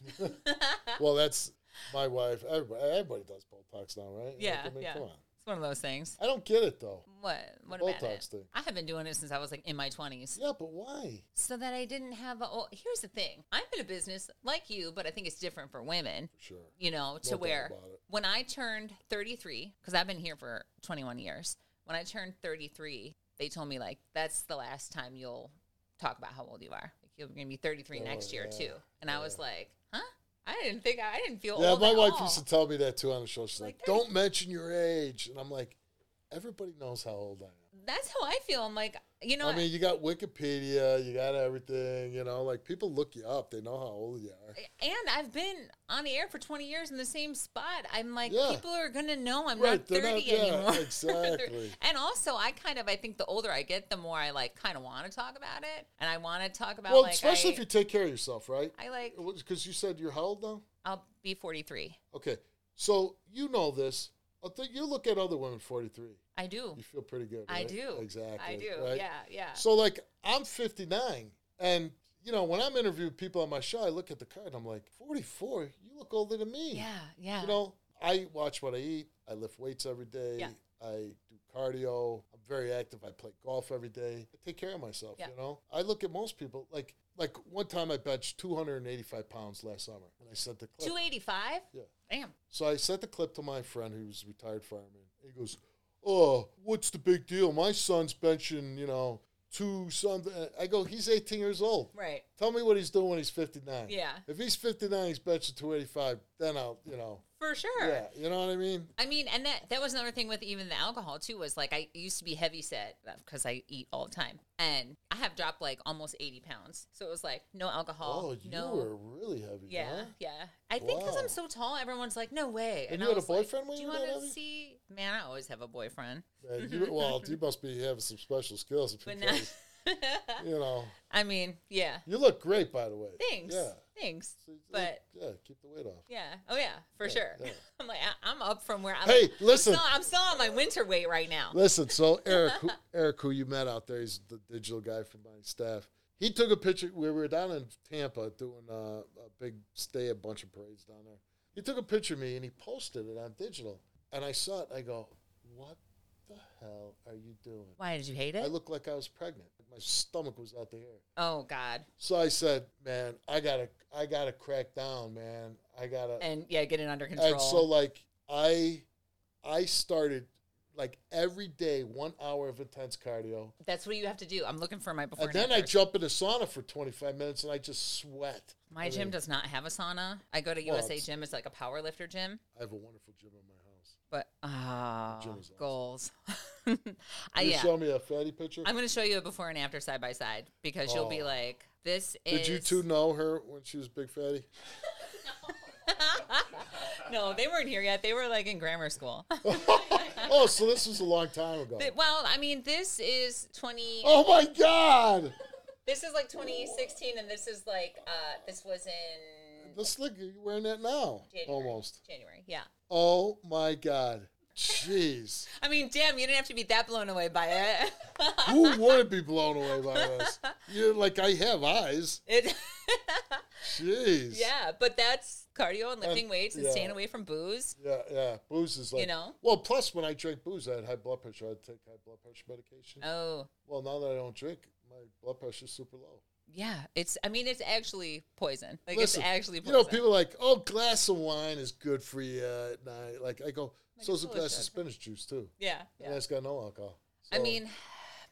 Speaker 3: well, that's my wife. Everybody, everybody does Botox now, right? Like,
Speaker 2: Yeah,
Speaker 3: I mean,
Speaker 2: yeah.
Speaker 3: Come on.
Speaker 2: It's one of those things.
Speaker 3: I don't get it, though.
Speaker 2: What? What about
Speaker 3: Botox
Speaker 2: it?
Speaker 3: thing.
Speaker 2: I have been doing it since I was like in my 20s.
Speaker 3: Yeah, but why?
Speaker 2: so that I didn't have a. oh, here's the thing: I'm in a business like you, but I think it's different for women.
Speaker 3: For sure.
Speaker 2: You know, to
Speaker 3: doubt
Speaker 2: where
Speaker 3: about it.
Speaker 2: when I turned 33, because I've been here for 21 years. When I turned 33, they told me like that's the last time you'll talk about how old you are. Like, you're gonna be 33
Speaker 3: Oh,
Speaker 2: next year
Speaker 3: yeah,
Speaker 2: too. And I was like, huh? I didn't think I didn't feel
Speaker 3: Yeah,
Speaker 2: old.
Speaker 3: my
Speaker 2: at
Speaker 3: wife
Speaker 2: all.
Speaker 3: used to tell me that too on the show. She's
Speaker 2: Like,
Speaker 3: like, "Don't mention your age," and I'm like, "Everybody knows how old I am."
Speaker 2: that's how I feel. I'm like, you know,
Speaker 3: I mean, you got Wikipedia, you got everything, you know, like people look you up, they know how old you are.
Speaker 2: and I've been on the air for 20 years in the same spot. I'm like,
Speaker 3: Yeah.
Speaker 2: people are gonna know I'm
Speaker 3: Right,
Speaker 2: not
Speaker 3: they're
Speaker 2: 30
Speaker 3: not- yeah,
Speaker 2: anymore.
Speaker 3: exactly.
Speaker 2: and also, I kind of, I think the older I get, the more I like kind of want to talk about it, and I want to talk about
Speaker 3: well,
Speaker 2: like,
Speaker 3: especially
Speaker 2: I,
Speaker 3: if you take care of yourself, right?
Speaker 2: I like,
Speaker 3: Because you said you're how old now?
Speaker 2: I'll be 43.
Speaker 3: Okay, so you know this. I think you look at other women 43.
Speaker 2: I do.
Speaker 3: You feel pretty good.
Speaker 2: I
Speaker 3: right?
Speaker 2: do.
Speaker 3: Exactly.
Speaker 2: I do.
Speaker 3: right?
Speaker 2: Yeah, yeah.
Speaker 3: So like I'm 59, and you know when I'm interviewing people on my show, I look at the card and I'm like, 44. You look older than me.
Speaker 2: yeah, yeah.
Speaker 3: You know, I watch what I eat. I lift weights every day.
Speaker 2: Yeah.
Speaker 3: I do cardio. I'm very active. I play golf every day. I take care of myself.
Speaker 2: Yeah.
Speaker 3: You know, I look at most people like like one time I benched 285 pounds last summer, and I sent the clip.
Speaker 2: 285?
Speaker 3: Yeah.
Speaker 2: Damn.
Speaker 3: So I sent the clip to my friend who's a retired fireman. He goes, "Oh, what's the big deal? My son's benching, you know, two something." I go, "He's 18 years old.
Speaker 2: Right.
Speaker 3: Tell me what he's doing when he's 59."
Speaker 2: Yeah.
Speaker 3: If he's 59, he's benching 285. Then I'll, you know,
Speaker 2: For sure.
Speaker 3: yeah, you know what I mean.
Speaker 2: I mean, and that that was another thing with even the alcohol too. Was like I used to be heavy set because I eat all the time, and I have dropped like almost eighty pounds. So it was like no alcohol,
Speaker 3: Oh, you
Speaker 2: no,
Speaker 3: were really heavy.
Speaker 2: yeah,
Speaker 3: huh?
Speaker 2: yeah. I think because
Speaker 3: Wow.
Speaker 2: I'm so tall, everyone's like, no way.
Speaker 3: And you had a
Speaker 2: was like,
Speaker 3: boyfriend when
Speaker 2: Do
Speaker 3: you
Speaker 2: you
Speaker 3: were that
Speaker 2: want
Speaker 3: heavy?"
Speaker 2: to see? Man, I always have a boyfriend,
Speaker 3: Man, you, well, you must be having some special skills
Speaker 2: but
Speaker 3: because
Speaker 2: now,
Speaker 3: you know
Speaker 2: I mean, yeah.
Speaker 3: you look great, by the way.
Speaker 2: Thanks,
Speaker 3: Yeah.
Speaker 2: thanks.
Speaker 3: So you look-
Speaker 2: But
Speaker 3: yeah, keep the weight off.
Speaker 2: yeah, oh yeah, for
Speaker 3: Yeah,
Speaker 2: sure.
Speaker 3: yeah.
Speaker 2: I'm like, I, I'm up from where I'm.
Speaker 3: Hey,
Speaker 2: I'm
Speaker 3: listen.
Speaker 2: still, I'm still on my winter weight right now.
Speaker 3: Listen, so Eric, who, Eric, who you met out there, he's the digital guy from my staff. He took a picture. We were down in Tampa doing uh, a big stay, a bunch of parades down there. He took a picture of me and he posted it on digital. And I saw it. I go, "What the hell are you doing?"
Speaker 2: Why did you hate
Speaker 3: I
Speaker 2: it?
Speaker 3: looked like I was pregnant. My stomach was out the air.
Speaker 2: Oh God.
Speaker 3: So I said, "Man, I gotta, I gotta crack down, man. I gotta."
Speaker 2: and yeah, get it under control.
Speaker 3: and so like I, I started like every day one hour of intense cardio.
Speaker 2: That's what you have to do. I'm looking for my before.
Speaker 3: and then I
Speaker 2: after.
Speaker 3: jump in a sauna for 25 minutes and I just sweat.
Speaker 2: my
Speaker 3: I
Speaker 2: gym
Speaker 3: mean,
Speaker 2: does not have a sauna. I go to
Speaker 3: Well,
Speaker 2: USA
Speaker 3: it's-
Speaker 2: Gym. It's like a power lifter gym,
Speaker 3: I have a wonderful gym in my house.
Speaker 2: but ah,
Speaker 3: Gym is awesome.
Speaker 2: goals. I,
Speaker 3: you
Speaker 2: Uh, yeah,
Speaker 3: show me a fatty picture?
Speaker 2: I'm going to show you a before and after side by side because you'll be
Speaker 3: Oh.
Speaker 2: like, "This is."
Speaker 3: Did you two know her when she was big fatty?
Speaker 2: No, they weren't here yet. They were like in grammar school.
Speaker 3: oh, so this was a long time ago.
Speaker 2: But- well, I mean, this is 20.
Speaker 3: oh my God!
Speaker 2: This is like 2016, and this is like uh, this was in
Speaker 3: This look, you're wearing that now.
Speaker 2: January.
Speaker 3: Almost.
Speaker 2: January. Yeah.
Speaker 3: Oh my God. Jeez.
Speaker 2: I mean, damn, you didn't have to be that blown away by it.
Speaker 3: Who wouldn't be blown away by this? You're like, I have eyes.
Speaker 2: it
Speaker 3: Jeez.
Speaker 2: yeah, but that's cardio and lifting
Speaker 3: And-
Speaker 2: weights and
Speaker 3: Um, yeah.
Speaker 2: staying away from booze.
Speaker 3: Yeah, yeah. Booze is like,
Speaker 2: know?
Speaker 3: Well, plus when I drank booze, I had high blood pressure. I'd take high blood pressure medication.
Speaker 2: Oh,
Speaker 3: Well, now that I don't drink, my blood pressure's super low.
Speaker 2: yeah. It's I mean, it's actually poison. Like
Speaker 3: Listen,
Speaker 2: it's actually
Speaker 3: You
Speaker 2: poison.
Speaker 3: know, people are like, oh, glass of wine is good for you at night. Like, I go,
Speaker 2: Like,
Speaker 3: so's a
Speaker 2: it's full of
Speaker 3: glass
Speaker 2: sugar.
Speaker 3: of spinach juice, too.
Speaker 2: yeah. yeah.
Speaker 3: And that's got no alcohol.
Speaker 2: I
Speaker 3: So,
Speaker 2: mean,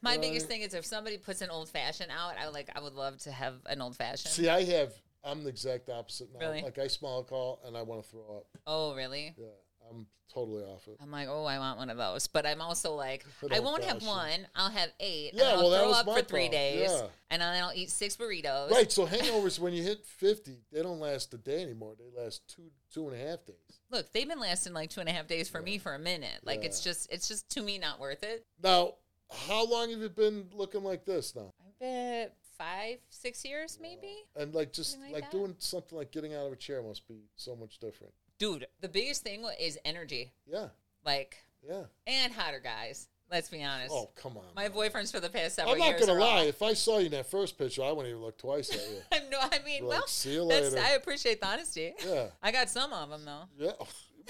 Speaker 2: my
Speaker 3: you know what I
Speaker 2: biggest
Speaker 3: mean?
Speaker 2: thing is if somebody puts an old fashioned out, I would like I would love to have an old fashioned.
Speaker 3: see, I have, I'm the exact opposite now.
Speaker 2: Really?
Speaker 3: Like, I smell alcohol and I want to throw up.
Speaker 2: oh, really?
Speaker 3: Yeah, I'm totally off it.
Speaker 2: I'm like, oh, I want one of those, but I'm also like,
Speaker 3: Good
Speaker 2: I won't have
Speaker 3: old-fashioned.
Speaker 2: one. I'll have eight. and
Speaker 3: Yeah,
Speaker 2: I'll
Speaker 3: well, that
Speaker 2: throw
Speaker 3: was
Speaker 2: up
Speaker 3: my
Speaker 2: for three
Speaker 3: problem.
Speaker 2: days,
Speaker 3: Yeah.
Speaker 2: and then I'll eat six burritos.
Speaker 3: Right, so hangovers when you hit fifty, they don't last a day anymore. They last two two and a half days.
Speaker 2: look they've been lasting like two and a half days for me for a minute like it's
Speaker 3: Yeah.
Speaker 2: just it's just to me not worth it
Speaker 3: Now, how long have you been looking like this now?
Speaker 2: i bet five six years maybe
Speaker 3: And like just
Speaker 2: Something
Speaker 3: like,
Speaker 2: like that.
Speaker 3: doing something like getting out of a chair must be so much different.
Speaker 2: dude the biggest thing wa- is energy
Speaker 3: Yeah,
Speaker 2: like
Speaker 3: yeah.
Speaker 2: and hotter guys let's be honest
Speaker 3: Oh come on.
Speaker 2: my
Speaker 3: man.
Speaker 2: boyfriends for the past several
Speaker 3: I'm not
Speaker 2: years
Speaker 3: gonna
Speaker 2: are
Speaker 3: lie.
Speaker 2: all-
Speaker 3: If I saw you in that first picture, I wouldn't even look twice at you.
Speaker 2: i know i mean
Speaker 3: Be
Speaker 2: well
Speaker 3: like, see you
Speaker 2: that's,
Speaker 3: later.
Speaker 2: i appreciate the honesty
Speaker 3: Yeah,
Speaker 2: i got some of them though
Speaker 3: yeah.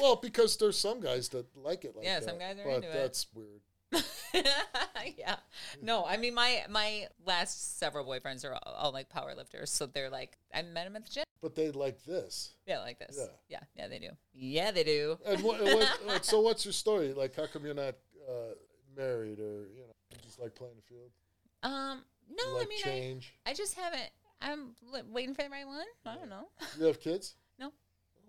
Speaker 3: Well, because there's some guys that like it like
Speaker 2: Yeah,
Speaker 3: that.
Speaker 2: some guys are
Speaker 3: but
Speaker 2: into it.
Speaker 3: that's weird.
Speaker 2: yeah. No, I mean my my last several boyfriends are all, all like power lifters, so they're like I met them at the gym.
Speaker 3: But they like this.
Speaker 2: Yeah, like this.
Speaker 3: Yeah.
Speaker 2: yeah, yeah they do. Yeah, they do.
Speaker 3: And what, and what, like, so, what's your story? Like, how come you're not uh, married, or you know, you just like playing the field?
Speaker 2: Um,
Speaker 3: You
Speaker 2: no,
Speaker 3: like
Speaker 2: I mean,
Speaker 3: change.
Speaker 2: I, I just haven't. I'm li- waiting for the right one. I don't know.
Speaker 3: You have kids?
Speaker 2: No. Hmm.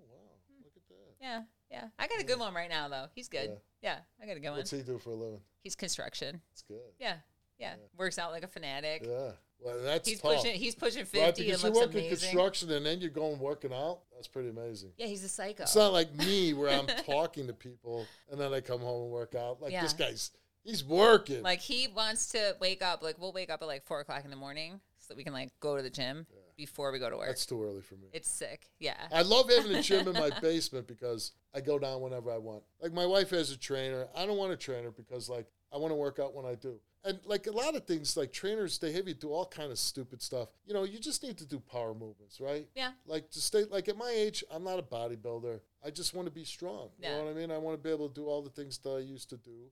Speaker 3: Oh wow! Look at that.
Speaker 2: Yeah, Yeah, I got a good one right now though. He's good. Yeah, I got a good one.
Speaker 3: What's he do for a living?
Speaker 2: He's construction.
Speaker 3: It's good.
Speaker 2: Yeah, yeah. Works out like a fanatic.
Speaker 3: Yeah. Well, that's
Speaker 2: He's
Speaker 3: tough.
Speaker 2: pushing. He's pushing
Speaker 3: right?
Speaker 2: fifty
Speaker 3: Because
Speaker 2: and
Speaker 3: you
Speaker 2: looks
Speaker 3: work in
Speaker 2: amazing.
Speaker 3: construction and then you're going working out. That's pretty amazing.
Speaker 2: Yeah, he's a psycho.
Speaker 3: It's not like me where I'm talking to people and then I come home and work out. Like
Speaker 2: Yeah.
Speaker 3: this guy's, he's working.
Speaker 2: Like he wants to wake up. Like we'll wake up at like four o'clock in the morning so that we can like go to the gym before we go to work.
Speaker 3: that's too early for me.
Speaker 2: it's sick. Yeah.
Speaker 3: I love having a gym in my basement because I go down whenever I want. Like my wife has a trainer. I don't want a trainer because like I want to work out when I do. And like a lot of things, like trainers, they have you do all kind of stupid stuff. You know, you just need to do power movements, right?
Speaker 2: Yeah.
Speaker 3: Like to stay like at my age, I'm not a bodybuilder. I just want to be strong. You
Speaker 2: Yeah.
Speaker 3: know what I mean? I want to be able to do all the things that I used to do.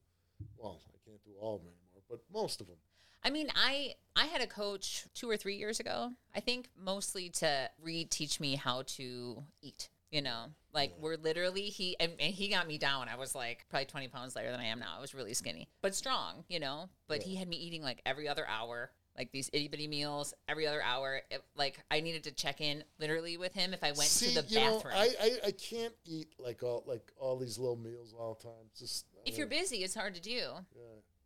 Speaker 3: Well, I can't do all of them anymore, but most of them.
Speaker 2: I mean, I I had a coach two or three years ago. I think mostly to re-teach me how to eat. You know, like we're literally he and, and he got me down. I was like probably twenty pounds lighter than I am now. I was really skinny, but strong. You know, but he had me eating like every other hour. Like these itty bitty meals every other hour. It, like I needed to check in literally with him if I went
Speaker 3: See,
Speaker 2: to the
Speaker 3: you know,
Speaker 2: bathroom.
Speaker 3: I, I I can't eat like all like all these little meals all the time. It's just I
Speaker 2: if you're
Speaker 3: don't-
Speaker 2: busy, it's hard to do.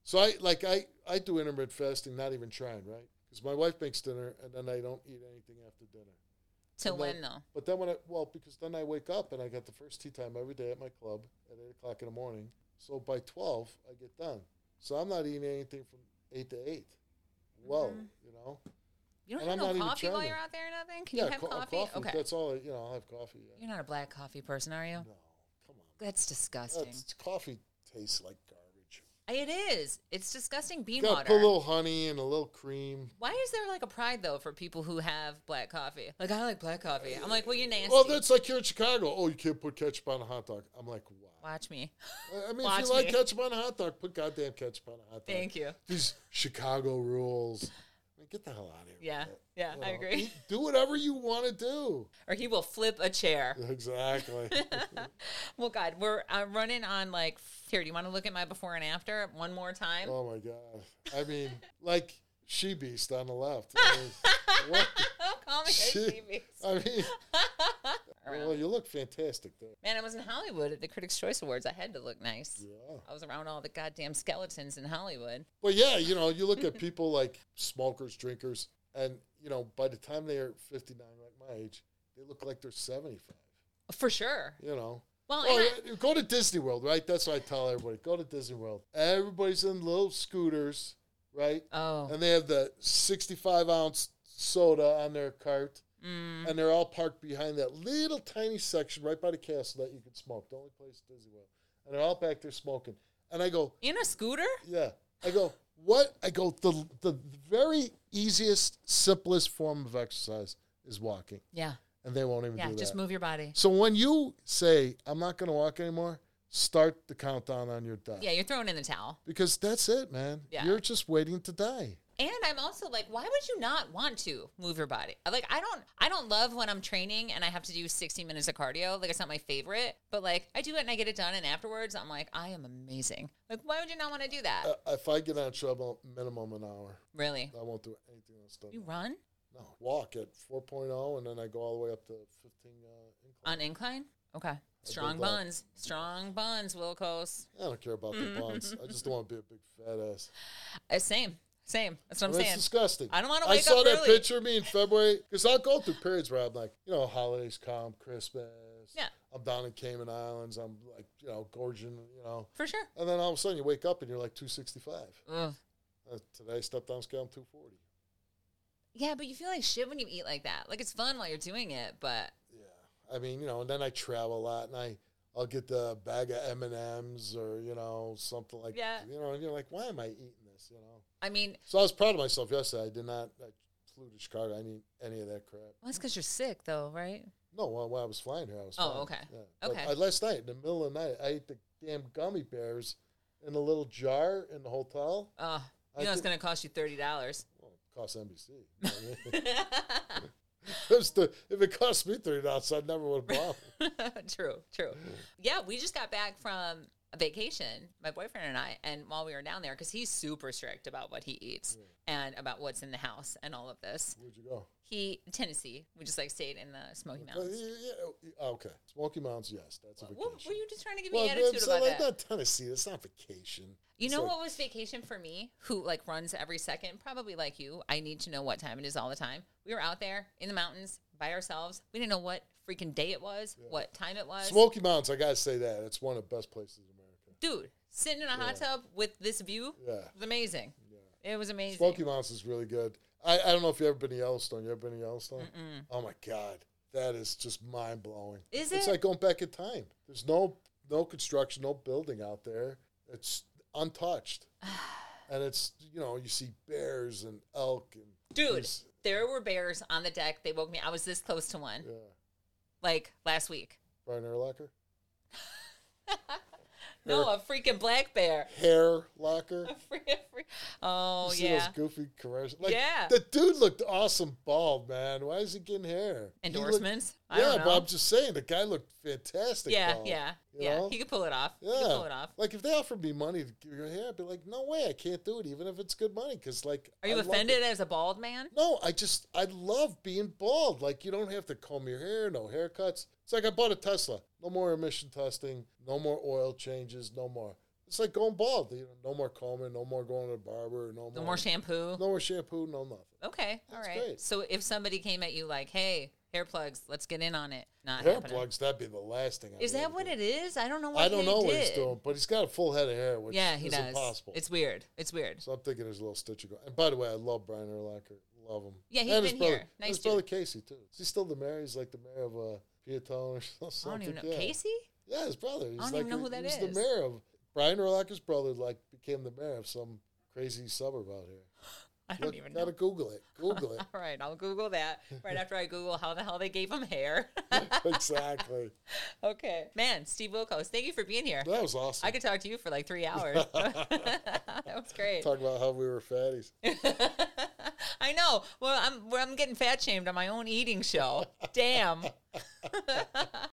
Speaker 3: So I like I I do intermittent fasting, not even trying, right? Because my wife makes dinner and then I don't eat anything after dinner.
Speaker 2: Till
Speaker 3: And
Speaker 2: when
Speaker 3: then-
Speaker 2: though?
Speaker 3: But then when I well, because then I wake up and I got the first tea time every day at my club at eight o'clock in the morning. So by twelve I get done. So I'm not eating anything from eight to eight. Whoa,
Speaker 2: Mm-hmm.
Speaker 3: you know.
Speaker 2: You don't
Speaker 3: and
Speaker 2: have
Speaker 3: I'm not
Speaker 2: no
Speaker 3: even
Speaker 2: coffee while
Speaker 3: trying to-
Speaker 2: you're out there or nothing. Can you have
Speaker 3: co- uh,
Speaker 2: coffee? Okay,
Speaker 3: That's all. I, you know, I'll have coffee. Yeah.
Speaker 2: you're not a black coffee person, are you?
Speaker 3: No, come on.
Speaker 2: That's disgusting.
Speaker 3: That's, coffee tastes like garbage.
Speaker 2: It is. It's disgusting bean
Speaker 3: Got to
Speaker 2: water.
Speaker 3: put a little honey and a little cream.
Speaker 2: Why is there like a pride though for people who have black coffee? Like I like black coffee. I'm like, well, you're nasty.
Speaker 3: Well, that's like here in Chicago. Oh, you can't put ketchup on a hot dog. I'm like, wow.
Speaker 2: Watch me.
Speaker 3: I- I mean,
Speaker 2: Watch
Speaker 3: if you like
Speaker 2: me.
Speaker 3: ketchup on a hot dog, put goddamn ketchup on a hot dog.
Speaker 2: Thank you.
Speaker 3: These Chicago rules. I mean, get the hell out of here. with
Speaker 2: Yeah,
Speaker 3: that.
Speaker 2: yeah,
Speaker 3: You
Speaker 2: I
Speaker 3: know,
Speaker 2: agree.
Speaker 3: eat- do whatever you want to do.
Speaker 2: Or he will flip a chair.
Speaker 3: Exactly.
Speaker 2: Well, God, we're uh, running on like here. Do you want to look at my before and after one more time?
Speaker 3: oh my god. I mean, like she beast on the left. I mean, what?
Speaker 2: Call me a
Speaker 3: Shit.
Speaker 2: TV.
Speaker 3: I mean, well, you look fantastic there.
Speaker 2: Man, I was in Hollywood at the Critics' Choice Awards. I had to look nice.
Speaker 3: Yeah.
Speaker 2: I was around all the goddamn skeletons in Hollywood.
Speaker 3: Well, yeah, you know, you look at people like smokers, drinkers, and you know, by the time they are fifty nine, like my age, they look like they're seventy five.
Speaker 2: For sure.
Speaker 3: You know.
Speaker 2: Well,
Speaker 3: Well,
Speaker 2: and I-
Speaker 3: yeah, go to Disney World, right? That's what I tell everybody. Go to Disney World. Everybody's in little scooters, right?
Speaker 2: oh,
Speaker 3: And they have the sixty-five ounce soda on their cart,
Speaker 2: Mm.
Speaker 3: and they're all parked behind that little tiny section right by the castle that you can smoke. The only place in Disney World, and they're all back there smoking. And I go,
Speaker 2: in a scooter?
Speaker 3: yeah. I go, what? I go, the, the very easiest, simplest form of exercise is walking.
Speaker 2: Yeah,
Speaker 3: And they won't even
Speaker 2: yeah.
Speaker 3: do that.
Speaker 2: Just move your body.
Speaker 3: So when you say, I'm not going to walk anymore, start the countdown on your death.
Speaker 2: Yeah, you're throwing in the towel.
Speaker 3: Because that's it, man.
Speaker 2: Yeah.
Speaker 3: You're just waiting to die.
Speaker 2: And I'm also like, why would you not want to move your body? Like I don't I don't love when I'm training and I have to do 60 minutes of cardio. Like it's not my favorite, but like I do it and I get it done and afterwards I'm like, I am amazing. Like why would you not want to do that?
Speaker 3: Uh, if I get out of trouble, minimum an hour.
Speaker 2: really?
Speaker 3: I won't do anything else. Done.
Speaker 2: You run
Speaker 3: No, walk at 4.0, and then I go all the way up to 15. Uh, incline.
Speaker 2: on incline? Okay. Strong
Speaker 3: dog.
Speaker 2: buns. Strong buns, Wilkos.
Speaker 3: I don't care about
Speaker 2: Mm-hmm.
Speaker 3: the bonds. I just don't want to be a big fat ass.
Speaker 2: Uh, same. Same. That's what I'm
Speaker 3: That's
Speaker 2: saying.
Speaker 3: disgusting.
Speaker 2: I don't wanna
Speaker 3: I
Speaker 2: wake
Speaker 3: saw
Speaker 2: up
Speaker 3: that
Speaker 2: early.
Speaker 3: picture of me in February because I'll go through periods where I'm like, you know, holidays come, Christmas.
Speaker 2: Yeah.
Speaker 3: I'm down in Cayman Islands. I'm like, you know, gorging, you know.
Speaker 2: For sure.
Speaker 3: And then all of a sudden you wake up and you're like 265.
Speaker 2: Ugh.
Speaker 3: Uh, today I stepped on scale, I'm 240.
Speaker 2: Yeah, but you feel like shit when you eat like that. Like it's fun while you're doing it, but
Speaker 3: Yeah. I mean, you know, and then I travel a lot and I, I'll get the bag of M&Ms or, you know, something like,
Speaker 2: Yeah.
Speaker 3: you know, and you're like, why am I eating this, you know?
Speaker 2: I mean,
Speaker 3: So I was proud of myself yesterday. I did not, I flew to Chicago. I didn't eat any of that crap.
Speaker 2: well, it's because you're sick though, right?
Speaker 3: No, while, while I was flying here, I was.
Speaker 2: Oh,
Speaker 3: fine.
Speaker 2: okay.
Speaker 3: Yeah. But
Speaker 2: Okay.
Speaker 3: I, last night, in the middle of the night, I ate the damn gummy bears in a little jar in the hotel.
Speaker 2: Oh,
Speaker 3: I
Speaker 2: you know it's
Speaker 3: think-
Speaker 2: going to cost you thirty dollars.
Speaker 3: Well, it cost NBC. I mean, it was the- if it cost me thirty dollars, I never would have bought. it.
Speaker 2: true, true. Yeah, we just got back from a vacation, my boyfriend and I, and while we were down there, because he's super strict about what he eats and about what's in the house and all of this,
Speaker 3: Where'd you go?
Speaker 2: He Tennessee. We just like stayed in the Smoky
Speaker 3: Uh,
Speaker 2: Mountains.
Speaker 3: yeah, yeah, oh, okay, Smoky Mountains. Yes, that's a
Speaker 2: What,
Speaker 3: vacation.
Speaker 2: what were you just trying to give me
Speaker 3: well,
Speaker 2: attitude
Speaker 3: it's
Speaker 2: about
Speaker 3: like
Speaker 2: that?
Speaker 3: not Tennessee. It's not vacation.
Speaker 2: You
Speaker 3: It's
Speaker 2: know
Speaker 3: like-
Speaker 2: what was vacation for me? Who like runs every second? Probably like you. I need to know what time it is all the time. We were out there in the mountains by ourselves. We didn't know what freaking day it was, what time it was.
Speaker 3: Smoky Mountains. I gotta say that it's one of the best places in America.
Speaker 2: Dude, sitting in a hot tub with this view
Speaker 3: Yeah.
Speaker 2: was amazing. It was amazing.
Speaker 3: Smoky Mountains is really good. I, I don't know if you've ever been to Yellowstone. You ever been to Yellowstone? Oh my God, that is just mind blowing.
Speaker 2: Is
Speaker 3: It's
Speaker 2: it?
Speaker 3: like going back in time. There's no no construction, no building out there. It's untouched, and it's you know you see bears and elk and
Speaker 2: Dude,
Speaker 3: there's-
Speaker 2: there were bears on the deck. They woke me. I was this close to one
Speaker 3: yeah,
Speaker 2: like last week.
Speaker 3: Brian Erlacher,
Speaker 2: No, a freaking black bear.
Speaker 3: hair locker.
Speaker 2: A fre- a fre- oh
Speaker 3: You see
Speaker 2: yeah.
Speaker 3: those goofy commercials. Like,
Speaker 2: Yeah.
Speaker 3: the dude looked awesome bald, man. Why is he getting hair? He looked-
Speaker 2: Endorsements? I
Speaker 3: yeah,
Speaker 2: don't
Speaker 3: but
Speaker 2: know.
Speaker 3: I'm just saying the guy looked fantastic.
Speaker 2: Yeah,
Speaker 3: bald,
Speaker 2: yeah,
Speaker 3: you
Speaker 2: yeah.
Speaker 3: know?
Speaker 2: He could pull it off. He
Speaker 3: Yeah.
Speaker 2: could pull it off.
Speaker 3: Like if they offered me money to give your hair, I'd be like, no way, I can't do it, even if it's good money. Because like,
Speaker 2: Are you
Speaker 3: I love
Speaker 2: offended
Speaker 3: it.
Speaker 2: as a bald man?
Speaker 3: No, I just I love being bald. Like you don't have to comb your hair, no haircuts. It's like I bought a Tesla. No more emission testing, no more oil changes, no more. It's like going bald. You know, no more combing, no more going to the barber, no more
Speaker 2: No more shampoo.
Speaker 3: no more shampoo, no nothing.
Speaker 2: Okay, all
Speaker 3: That's
Speaker 2: right.
Speaker 3: great.
Speaker 2: So if somebody came at you like, "Hey, hair plugs, let's get in on it," not
Speaker 3: hair
Speaker 2: happening.
Speaker 3: plugs, that'd be the last thing. I
Speaker 2: Is that what it is? I don't know what
Speaker 3: I don't
Speaker 2: he
Speaker 3: know
Speaker 2: did.
Speaker 3: what he's doing, but he's got a full head of hair, which
Speaker 2: Yeah, he
Speaker 3: is
Speaker 2: does.
Speaker 3: impossible.
Speaker 2: It's weird. It's weird.
Speaker 3: So I'm thinking there's a little stitch of go- And by the way, I love Brian Urlacher. Love him.
Speaker 2: Yeah, he's
Speaker 3: and
Speaker 2: been
Speaker 3: his brother,
Speaker 2: here.
Speaker 3: and
Speaker 2: Nice
Speaker 3: His
Speaker 2: dude.
Speaker 3: brother Casey too. Is he still the mayor? He's like the mayor of uh, Piattone or
Speaker 2: I don't
Speaker 3: something.
Speaker 2: even know
Speaker 3: yeah.
Speaker 2: Casey.
Speaker 3: Yeah, his brother. He's
Speaker 2: don't
Speaker 3: like,
Speaker 2: even know who
Speaker 3: he
Speaker 2: that
Speaker 3: was
Speaker 2: is.
Speaker 3: the mayor of Brian Urlacher's brother. Like became the mayor of some crazy suburb out here.
Speaker 2: I don't
Speaker 3: Look,
Speaker 2: even know.
Speaker 3: gotta Google it. Google it.
Speaker 2: All right, I'll Google that right after I Google how the hell they gave him hair.
Speaker 3: exactly.
Speaker 2: okay, man, Steve Wilkos, thank you for being here.
Speaker 3: That was awesome.
Speaker 2: I could talk to you for like three hours. that was great.
Speaker 3: Talk about how we were fatties.
Speaker 2: I know. Well, I'm well, I'm getting fat shamed on my own eating show. Damn.